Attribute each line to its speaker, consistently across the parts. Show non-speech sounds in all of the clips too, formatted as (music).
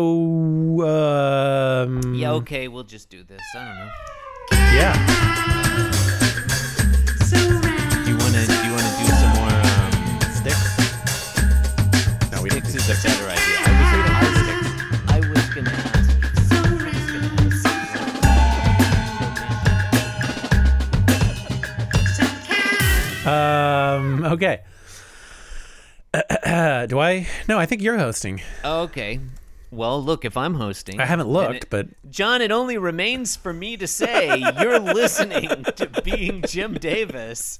Speaker 1: So, um,
Speaker 2: Yeah, okay, we'll just do this. I don't know.
Speaker 1: yeah.
Speaker 2: Do you wanna do you wanna do some more um,
Speaker 1: Sticks. No, we don't.
Speaker 2: sticks is a better idea. I was gonna ask I was gonna ask
Speaker 1: Um, okay. (clears throat) Do I? No, I think you're hosting.
Speaker 2: Okay. Well, look, if I'm hosting,
Speaker 1: I haven't
Speaker 2: then
Speaker 1: looked,
Speaker 2: it-
Speaker 1: but
Speaker 2: John, it only remains for me to say
Speaker 1: (laughs)
Speaker 2: you're listening to Being Jim Davis.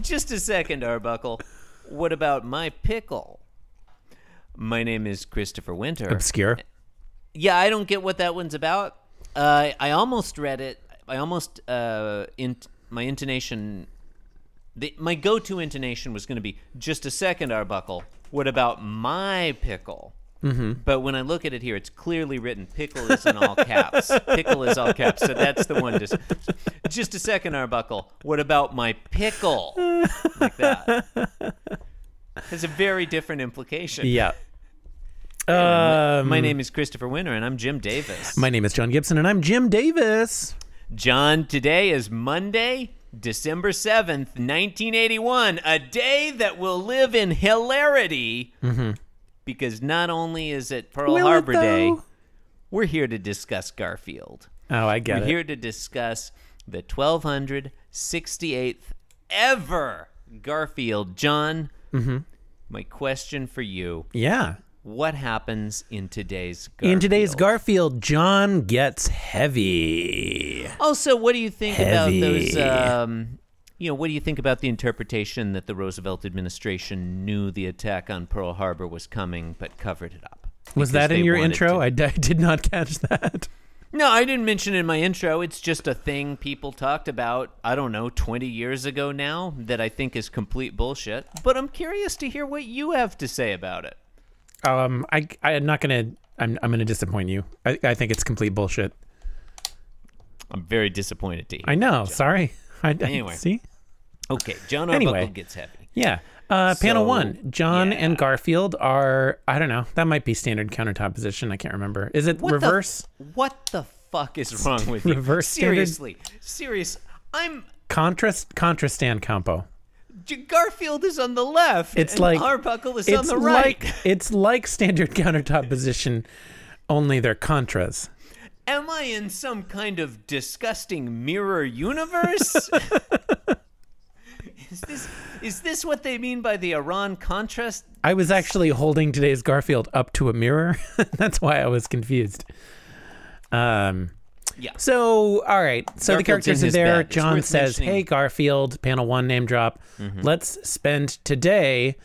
Speaker 2: Just a second, Arbuckle. What about my pickle? My name is Christopher Winter.
Speaker 1: obscure.
Speaker 2: Yeah, I don't get what that one's about. Uh, I almost read it. I almost uh, in my intonation. The, my go-to intonation was going to be just a second, Arbuckle. What about my pickle? Mm-hmm. But when I look at it here, it's clearly written pickle is in all caps. pickle is all caps. So that's the one. Just, just a second, Arbuckle. What about my pickle? Like that. Has a very different implication.
Speaker 1: Yeah. Um,
Speaker 2: My name is Christopher Winter, and I'm Jim Davis.
Speaker 1: my name is John Gibson, and I'm Jim Davis.
Speaker 2: John, today is Monday, December 7th, 1981, a day that will live in hilarity because not only is it Pearl
Speaker 1: Mm-hmm. Will it,
Speaker 2: Harbor Day,
Speaker 1: though?
Speaker 2: we're here to discuss Garfield.
Speaker 1: Oh, I get
Speaker 2: we're
Speaker 1: it.
Speaker 2: here to discuss the 1268th ever Garfield. John,
Speaker 1: Mm-hmm.
Speaker 2: my question for you
Speaker 1: yeah.
Speaker 2: what happens in today's Garfield?
Speaker 1: In today's Garfield, John gets heavy.
Speaker 2: Also, what do you think
Speaker 1: Heavy.
Speaker 2: about those? Um, you know, what do you think about the interpretation that the Roosevelt administration knew the attack on Pearl Harbor was coming but covered it up?
Speaker 1: Was
Speaker 2: Because
Speaker 1: that in
Speaker 2: they
Speaker 1: your
Speaker 2: wanted
Speaker 1: intro?
Speaker 2: to-
Speaker 1: I, d- I did not catch that.
Speaker 2: No, I didn't mention it in my intro. It's just a thing people talked about, I don't know, 20 years ago now that I think is complete bullshit. But I'm curious to hear what you have to say about it.
Speaker 1: Um, I I'm not gonna I'm I'm gonna disappoint you. I, I think it's complete bullshit.
Speaker 2: I'm very disappointed to hear.
Speaker 1: I know. Sorry. (laughs) I, I-
Speaker 2: Anyway.
Speaker 1: see.
Speaker 2: Okay, John
Speaker 1: Anyway.
Speaker 2: Arbuckle gets heavy.
Speaker 1: Yeah. Uh, panel
Speaker 2: So,
Speaker 1: one. John
Speaker 2: yeah.
Speaker 1: and Garfield are I don't know. That might be standard countertop position. I can't remember. Is it
Speaker 2: What the-
Speaker 1: reverse?
Speaker 2: what the fuck is wrong with you?
Speaker 1: Reverse standard?
Speaker 2: Seriously, serious. I'm
Speaker 1: contrast contra stand compo.
Speaker 2: J- Garfield is on the left.
Speaker 1: It's
Speaker 2: and
Speaker 1: like
Speaker 2: Arbuckle is
Speaker 1: it's
Speaker 2: on the right.
Speaker 1: Like, it's like standard (laughs) countertop position, only they're contras.
Speaker 2: Am I in some kind of disgusting mirror
Speaker 1: (laughs)
Speaker 2: universe? is this is this what they mean by the Iran contrast?
Speaker 1: I was actually holding today's Garfield up to a mirror. (laughs) That's why I was confused. Um,
Speaker 2: Yeah.
Speaker 1: So, all right. So the
Speaker 2: Garfield's
Speaker 1: characters
Speaker 2: in
Speaker 1: are
Speaker 2: his
Speaker 1: there.
Speaker 2: bag. It's
Speaker 1: John
Speaker 2: worth
Speaker 1: says,
Speaker 2: mentioning- Mm-hmm.
Speaker 1: "Hey, Garfield." Panel one, name drop. Let's spend today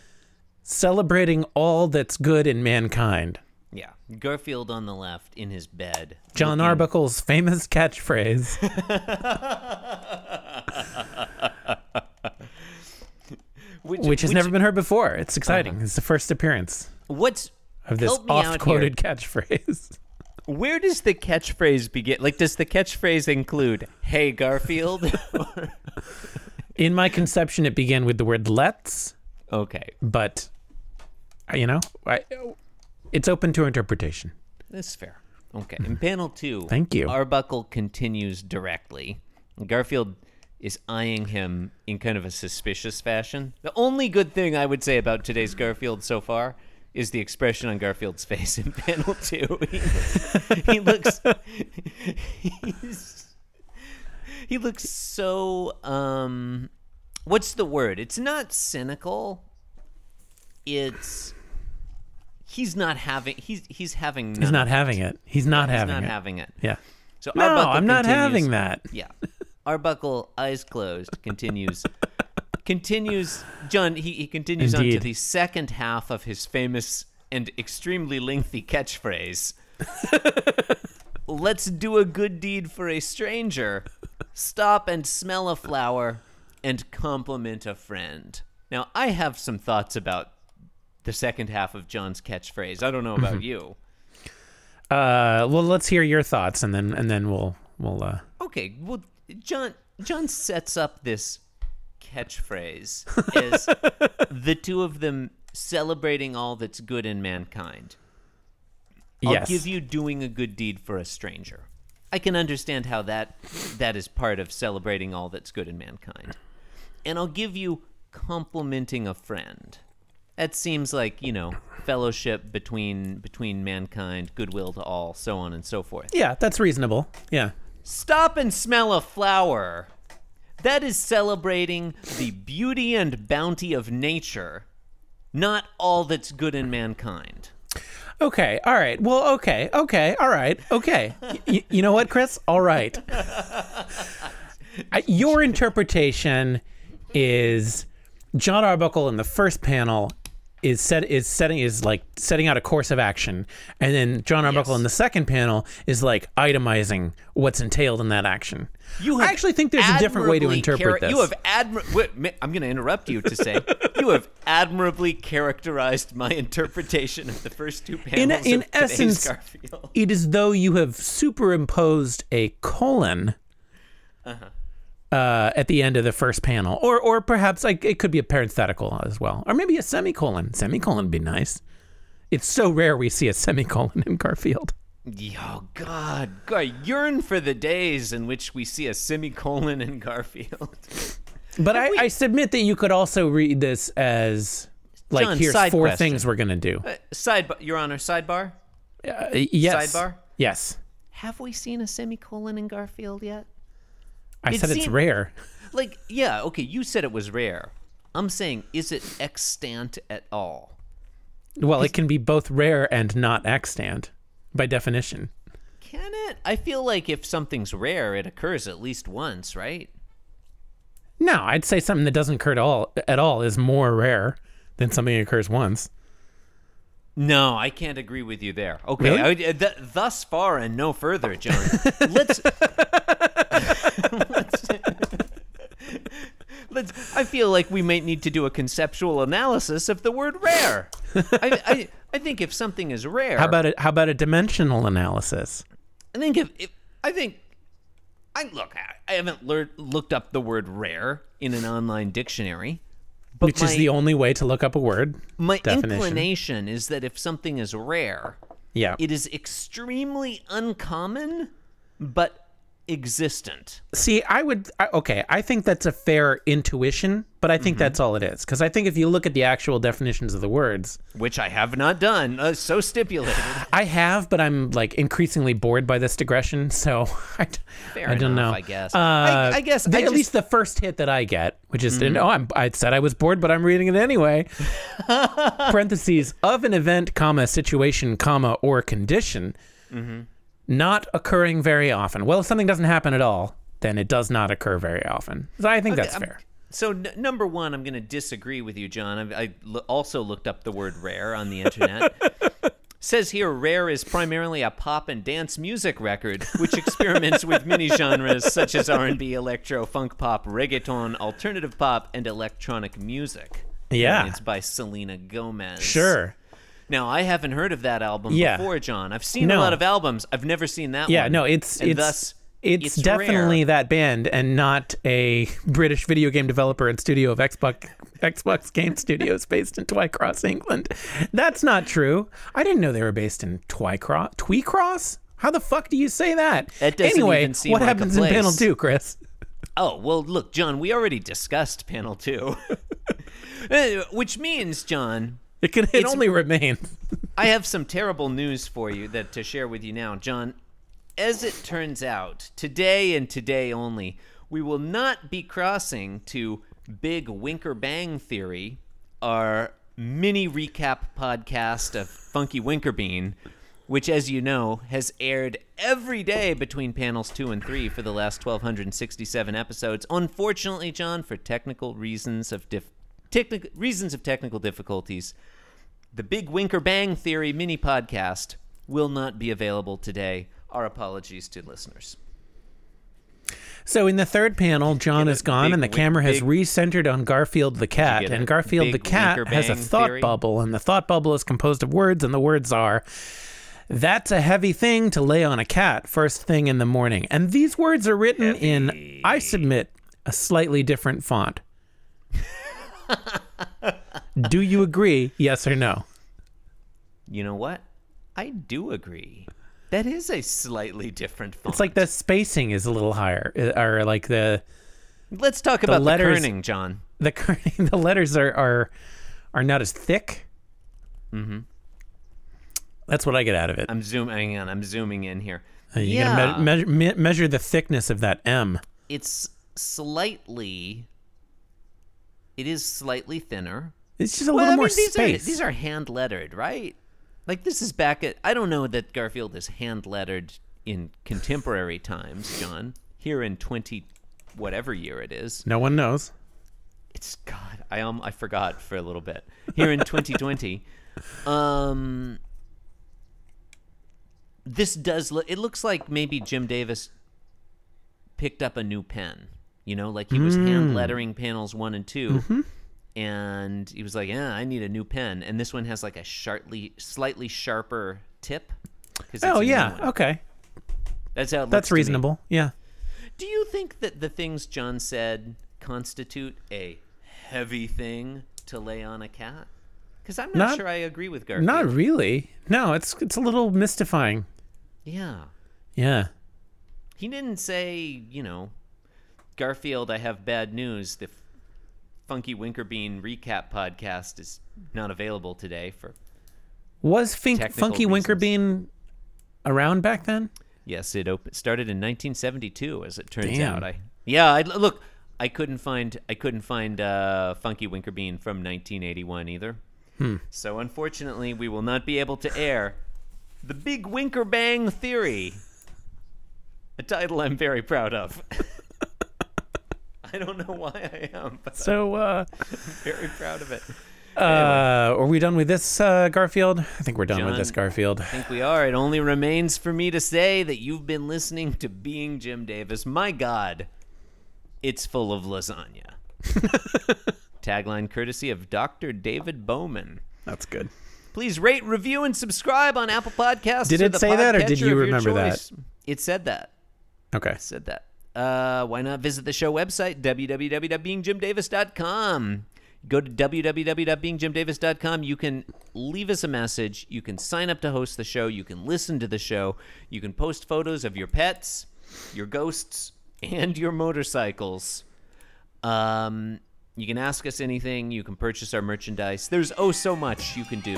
Speaker 1: celebrating all that's good in mankind.
Speaker 2: Yeah. Garfield on the left in his bed.
Speaker 1: John Arbuckle's famous catchphrase.
Speaker 2: (laughs)
Speaker 1: which has never been heard before. It's exciting. It's the first appearance
Speaker 2: What's
Speaker 1: of this
Speaker 2: Uh-huh. Help me out here.
Speaker 1: oft-quoted (laughs) catchphrase.
Speaker 2: (laughs) Where does the catchphrase begin? Like, does the catchphrase include "Hey Garfield"? (laughs)
Speaker 1: In my conception, it began with the word "let's,"
Speaker 2: okay,
Speaker 1: but uh, you know, I, it's open to interpretation.
Speaker 2: that's fair. Okay,
Speaker 1: (laughs)
Speaker 2: in panel two,
Speaker 1: Thank you.
Speaker 2: Arbuckle continues directly. Garfield is eyeing him in kind of a suspicious fashion. The only good thing I would say about today's Garfield so far is the expression on Garfield's (laughs) face in panel two. (laughs) He, he looks. He's, he looks so um what's the word? It's not cynical. It's he's not having he's he's having none
Speaker 1: He's not
Speaker 2: of it.
Speaker 1: having it. He's not
Speaker 2: he's
Speaker 1: having
Speaker 2: not
Speaker 1: it.
Speaker 2: having it.
Speaker 1: yeah.
Speaker 2: So
Speaker 1: No,
Speaker 2: Arbuckle
Speaker 1: I'm not
Speaker 2: continues-
Speaker 1: having that.
Speaker 2: Yeah. Arbuckle, eyes closed, continues continues John, he, he continues on to
Speaker 1: Indeed.
Speaker 2: the second half of his famous and extremely lengthy catchphrase. Let's do a good deed for a stranger. Stop and smell a flower and compliment a friend. Now I have some thoughts about the second half of John's catchphrase. I don't know
Speaker 1: Mm-hmm.
Speaker 2: about you.
Speaker 1: Uh, well, let's hear your thoughts, and then and then we'll we'll. Uh,
Speaker 2: Okay, well, John John sets up this catchphrase as the two of them celebrating all that's good in mankind. I'll
Speaker 1: Yes.
Speaker 2: give you doing a good deed for a stranger. I can understand how that that is part of celebrating all that's good in mankind. And I'll give you complimenting a friend. That seems like, you know, fellowship between between mankind, goodwill to all, so on and so forth.
Speaker 1: Yeah, that's reasonable. Yeah.
Speaker 2: Stop and smell a flower. That is celebrating the beauty and bounty of nature, not all that's good in mankind.
Speaker 1: Okay. All right. Well, okay. Okay. All right. Okay. Y- you know what, Chris? All right. I- Your interpretation is John Arbuckle in the first panel is set is setting is like setting out a course of action and then John Arbuckle
Speaker 2: Yes.
Speaker 1: in the second panel is like itemizing what's entailed in that action.
Speaker 2: You
Speaker 1: I actually think there's a different way to
Speaker 2: admirably
Speaker 1: interpret
Speaker 2: chara-
Speaker 1: this.
Speaker 2: You have admir- wait, ma- I'm going to interrupt you to say you have admirably characterized my interpretation of the first two panels
Speaker 1: in
Speaker 2: of today's
Speaker 1: essence-
Speaker 2: Garfield.
Speaker 1: it is though you have superimposed a colon uh, at the end of the first panel, or or perhaps like it could be a parenthetical as well, or maybe a semicolon. Semicolon would be nice. It's so rare we see a semicolon in Garfield.
Speaker 2: Yo, God, God, I yearn for the days in which we see a semicolon in Garfield. (laughs)
Speaker 1: But I, I submit that you could also read this as like
Speaker 2: John,
Speaker 1: here's
Speaker 2: side
Speaker 1: four
Speaker 2: question.
Speaker 1: things we're gonna do.
Speaker 2: Uh, sidebar, Your Honor, sidebar.
Speaker 1: Uh, yes.
Speaker 2: Sidebar?
Speaker 1: Yes.
Speaker 2: Have we seen a semicolon in Garfield yet?
Speaker 1: I
Speaker 2: It
Speaker 1: said it's
Speaker 2: seem-
Speaker 1: rare.
Speaker 2: Like, yeah, okay, you said it was rare. I'm saying, is it extant at all?
Speaker 1: Well, it can be both rare and not extant by definition.
Speaker 2: Can it? I feel like if something's rare, it occurs at least once, right?
Speaker 1: No, I'd say something that doesn't occur at all at all is more rare than something that occurs once.
Speaker 2: No, I can't agree with you there. Okay,
Speaker 1: Really?
Speaker 2: I, uh, th- thus far and no further, John. (laughs) Let's. let's- Let's, I feel like we might need to do a conceptual analysis of the word rare. I, I, I think if something is rare,
Speaker 1: How about a, how about a dimensional analysis?
Speaker 2: I think if, if I think I look, I, I haven't lear- looked up the word rare in an online dictionary, but
Speaker 1: Which
Speaker 2: my-
Speaker 1: is the only way to look up a word.
Speaker 2: My
Speaker 1: definition.
Speaker 2: inclination is that if something is rare,
Speaker 1: Yeah.
Speaker 2: it is extremely uncommon, but existent.
Speaker 1: See, I would I, okay, I think that's a fair intuition, but I think
Speaker 2: Mm-hmm.
Speaker 1: that's all it is cuz I think if you look at the actual definitions of the words,
Speaker 2: Which I have not done. Uh, so stipulated.
Speaker 1: I have but I'm like increasingly bored by this digression, so (laughs) I, d-
Speaker 2: Fair
Speaker 1: I don't
Speaker 2: enough,
Speaker 1: know.
Speaker 2: I guess.
Speaker 1: Uh,
Speaker 2: I, I guess.
Speaker 1: the-
Speaker 2: I
Speaker 1: at
Speaker 2: just, Mm-hmm.
Speaker 1: least the first hit that I get, which is and, oh, I'm, I said I was bored, but I'm reading it
Speaker 2: (laughs)
Speaker 1: anyway. Parentheses of an event, comma situation, comma or condition,
Speaker 2: Mm-hmm.
Speaker 1: not occurring very often. Well, if something doesn't happen at all, then it does not occur very often. So I think that's
Speaker 2: I'm-
Speaker 1: fair.
Speaker 2: So n- number one, I'm going to disagree with you, John. I, I l- also looked up the word rare on the internet.
Speaker 1: (laughs)
Speaker 2: Says here, rare is primarily a pop and dance music record, which experiments with many genres such as R&B, electro, funk pop, reggaeton, alternative pop, and electronic music.
Speaker 1: Yeah.
Speaker 2: it's by Selena Gomez.
Speaker 1: Sure.
Speaker 2: Now I haven't heard of that album
Speaker 1: Yeah.
Speaker 2: before, John. I've seen a
Speaker 1: No.
Speaker 2: lot of albums. I've never seen that
Speaker 1: Yeah.
Speaker 2: one.
Speaker 1: No. It's
Speaker 2: Um, And
Speaker 1: it's
Speaker 2: thus,
Speaker 1: it's,
Speaker 2: it's
Speaker 1: definitely
Speaker 2: rare.
Speaker 1: that band and not a British video game developer and studio of Xbox Xbox Game Studios based in Twycross, England. That's not true. I didn't know they were based in Twycross. Tweecross? How the fuck do you say that?
Speaker 2: That doesn't
Speaker 1: anyway,
Speaker 2: even seem
Speaker 1: what
Speaker 2: like a
Speaker 1: happens in panel
Speaker 2: place.
Speaker 1: two, Chris?
Speaker 2: Oh, well, look, John, we already discussed panel two. (laughs) Uh, Which means, John,
Speaker 1: It can it only remains.
Speaker 2: I have some terrible news for you that to share with you now. John, as it turns out, today and today only, we will not be crossing to Big Winker Bang Theory, our mini recap podcast of Funky Winkerbean, which, as you know, has aired every day between panels two and three for the last 1,267 episodes. Unfortunately, John, for technical reasons of dif- technic- reasons of technical difficulties, the Big Winker Bang Theory mini podcast will not be available today. Our apologies to listeners.
Speaker 1: So in the third panel, John is gone,
Speaker 2: big
Speaker 1: and the
Speaker 2: wink-
Speaker 1: camera has
Speaker 2: big-
Speaker 1: recentered on Garfield the cat.
Speaker 2: get
Speaker 1: And
Speaker 2: it?
Speaker 1: Garfield
Speaker 2: Big
Speaker 1: the cat
Speaker 2: winker
Speaker 1: has a
Speaker 2: bang
Speaker 1: thought
Speaker 2: theory?
Speaker 1: bubble, and the thought bubble is composed of words, and the words are, "That's a heavy thing to lay on a cat first thing in the morning." And these words are written in, I submit, a slightly different font. (laughs) Do you agree? Yes or no?
Speaker 2: You know what? I do agree. That is a slightly different font.
Speaker 1: It's like the spacing is a little higher, uh, or like the
Speaker 2: Let's talk about
Speaker 1: letters-
Speaker 2: the kerning, John.
Speaker 1: the kerning- the (laughs) letters are are are not as thick. Mm-hmm. That's what I get out of it.
Speaker 2: I'm zooming on. I'm zooming in here.
Speaker 1: you
Speaker 2: yeah,
Speaker 1: gotta me- me- me- measure the thickness of that M.
Speaker 2: it's slightly. It is slightly thinner.
Speaker 1: It's just a
Speaker 2: Well,
Speaker 1: little
Speaker 2: I mean,
Speaker 1: more
Speaker 2: these
Speaker 1: space.
Speaker 2: Are, these are hand lettered, right? Like this is back at. I don't know that Garfield is hand lettered in contemporary times, John. Here in twenty, whatever year it is.
Speaker 1: no one knows.
Speaker 2: It's God. I um. I forgot for a little bit. Here in
Speaker 1: (laughs)
Speaker 2: twenty twenty, um. This does look. It looks like maybe Jim Davis picked up a new pen. You know, like he was
Speaker 1: Hmm.
Speaker 2: hand lettering panels one and 2
Speaker 1: Mm-hmm.
Speaker 2: and he was like, "Yeah, I need a new pen." And this one has like a sharply, slightly sharper tip. 'cause it's a
Speaker 1: Oh
Speaker 2: new
Speaker 1: yeah,
Speaker 2: one.
Speaker 1: okay,
Speaker 2: that's how. It looks
Speaker 1: that's
Speaker 2: to me.
Speaker 1: reasonable. Yeah,
Speaker 2: Do you think that the things John said constitute a heavy thing to lay on a cat? Because I'm not,
Speaker 1: Not-
Speaker 2: sure I agree with Garfield.
Speaker 1: not really. No, it's it's a little mystifying.
Speaker 2: Yeah.
Speaker 1: Yeah,
Speaker 2: He didn't say, you know, Garfield, I have bad news. The F- Funky Winkerbean recap podcast is not available today for.
Speaker 1: was Fink,
Speaker 2: Technical
Speaker 1: Funky
Speaker 2: reasons.
Speaker 1: Winkerbean around back then?
Speaker 2: Yes, it op- started in 1972, as it turns
Speaker 1: Damn.
Speaker 2: out. I yeah, I, look, I couldn't find I couldn't find uh, Funky Winkerbean from 1981 either. So unfortunately, we will not be able to air the Big Winker Bang Theory, a title I'm very proud of. (laughs) I don't know why I am, but
Speaker 1: So, uh,
Speaker 2: I'm very proud of it.
Speaker 1: uh, are we done with this, uh, Garfield? I think we're done with
Speaker 2: John-
Speaker 1: this, Garfield.
Speaker 2: I think we are. It only remains for me to say that you've been listening to Being Jim Davis. My God, it's full of
Speaker 1: (laughs)
Speaker 2: lasagna. Tagline courtesy of Dr. David Bowman.
Speaker 1: That's good.
Speaker 2: Please rate, review, and subscribe on Apple Podcasts.
Speaker 1: Did
Speaker 2: or
Speaker 1: it
Speaker 2: the
Speaker 1: say that, or did
Speaker 2: podcatcher
Speaker 1: you
Speaker 2: of your
Speaker 1: remember that?
Speaker 2: choice. It said that.
Speaker 1: Okay.
Speaker 2: Said that. Uh, why not visit the show website, www.beingjimdavis.com? Go to www.beingjimdavis.com. You can leave us a message. You can sign up to host the show. You can listen to the show. You can post photos of your pets, your ghosts, and your motorcycles. Um, you can ask us anything. You can purchase our merchandise. There's oh so much you can do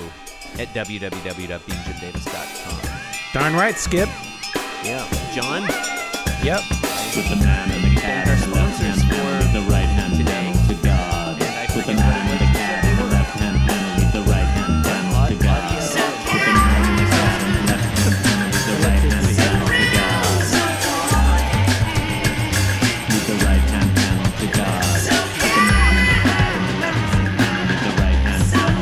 Speaker 2: at www.beingjimdavis.com.
Speaker 1: Darn right, Skip.
Speaker 2: Yeah. John?
Speaker 1: Yep.
Speaker 3: Put the man and the cat in the left hand panel with the right hand panel to God. Put the man and the cat in the left hand panel with the right hand panel to God. Put the man and the cat in the left hand panel with the right hand panel to God. With the right hand panel to God. Put the man and the cat in the left hand panel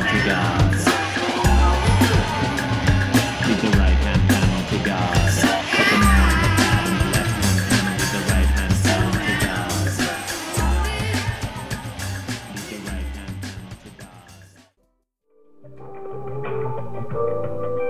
Speaker 3: with the right hand panel to God. With the right hand panel to God. Put the man and the cat in the left hand panel with the right hand panel to God. With the right hand panel to God.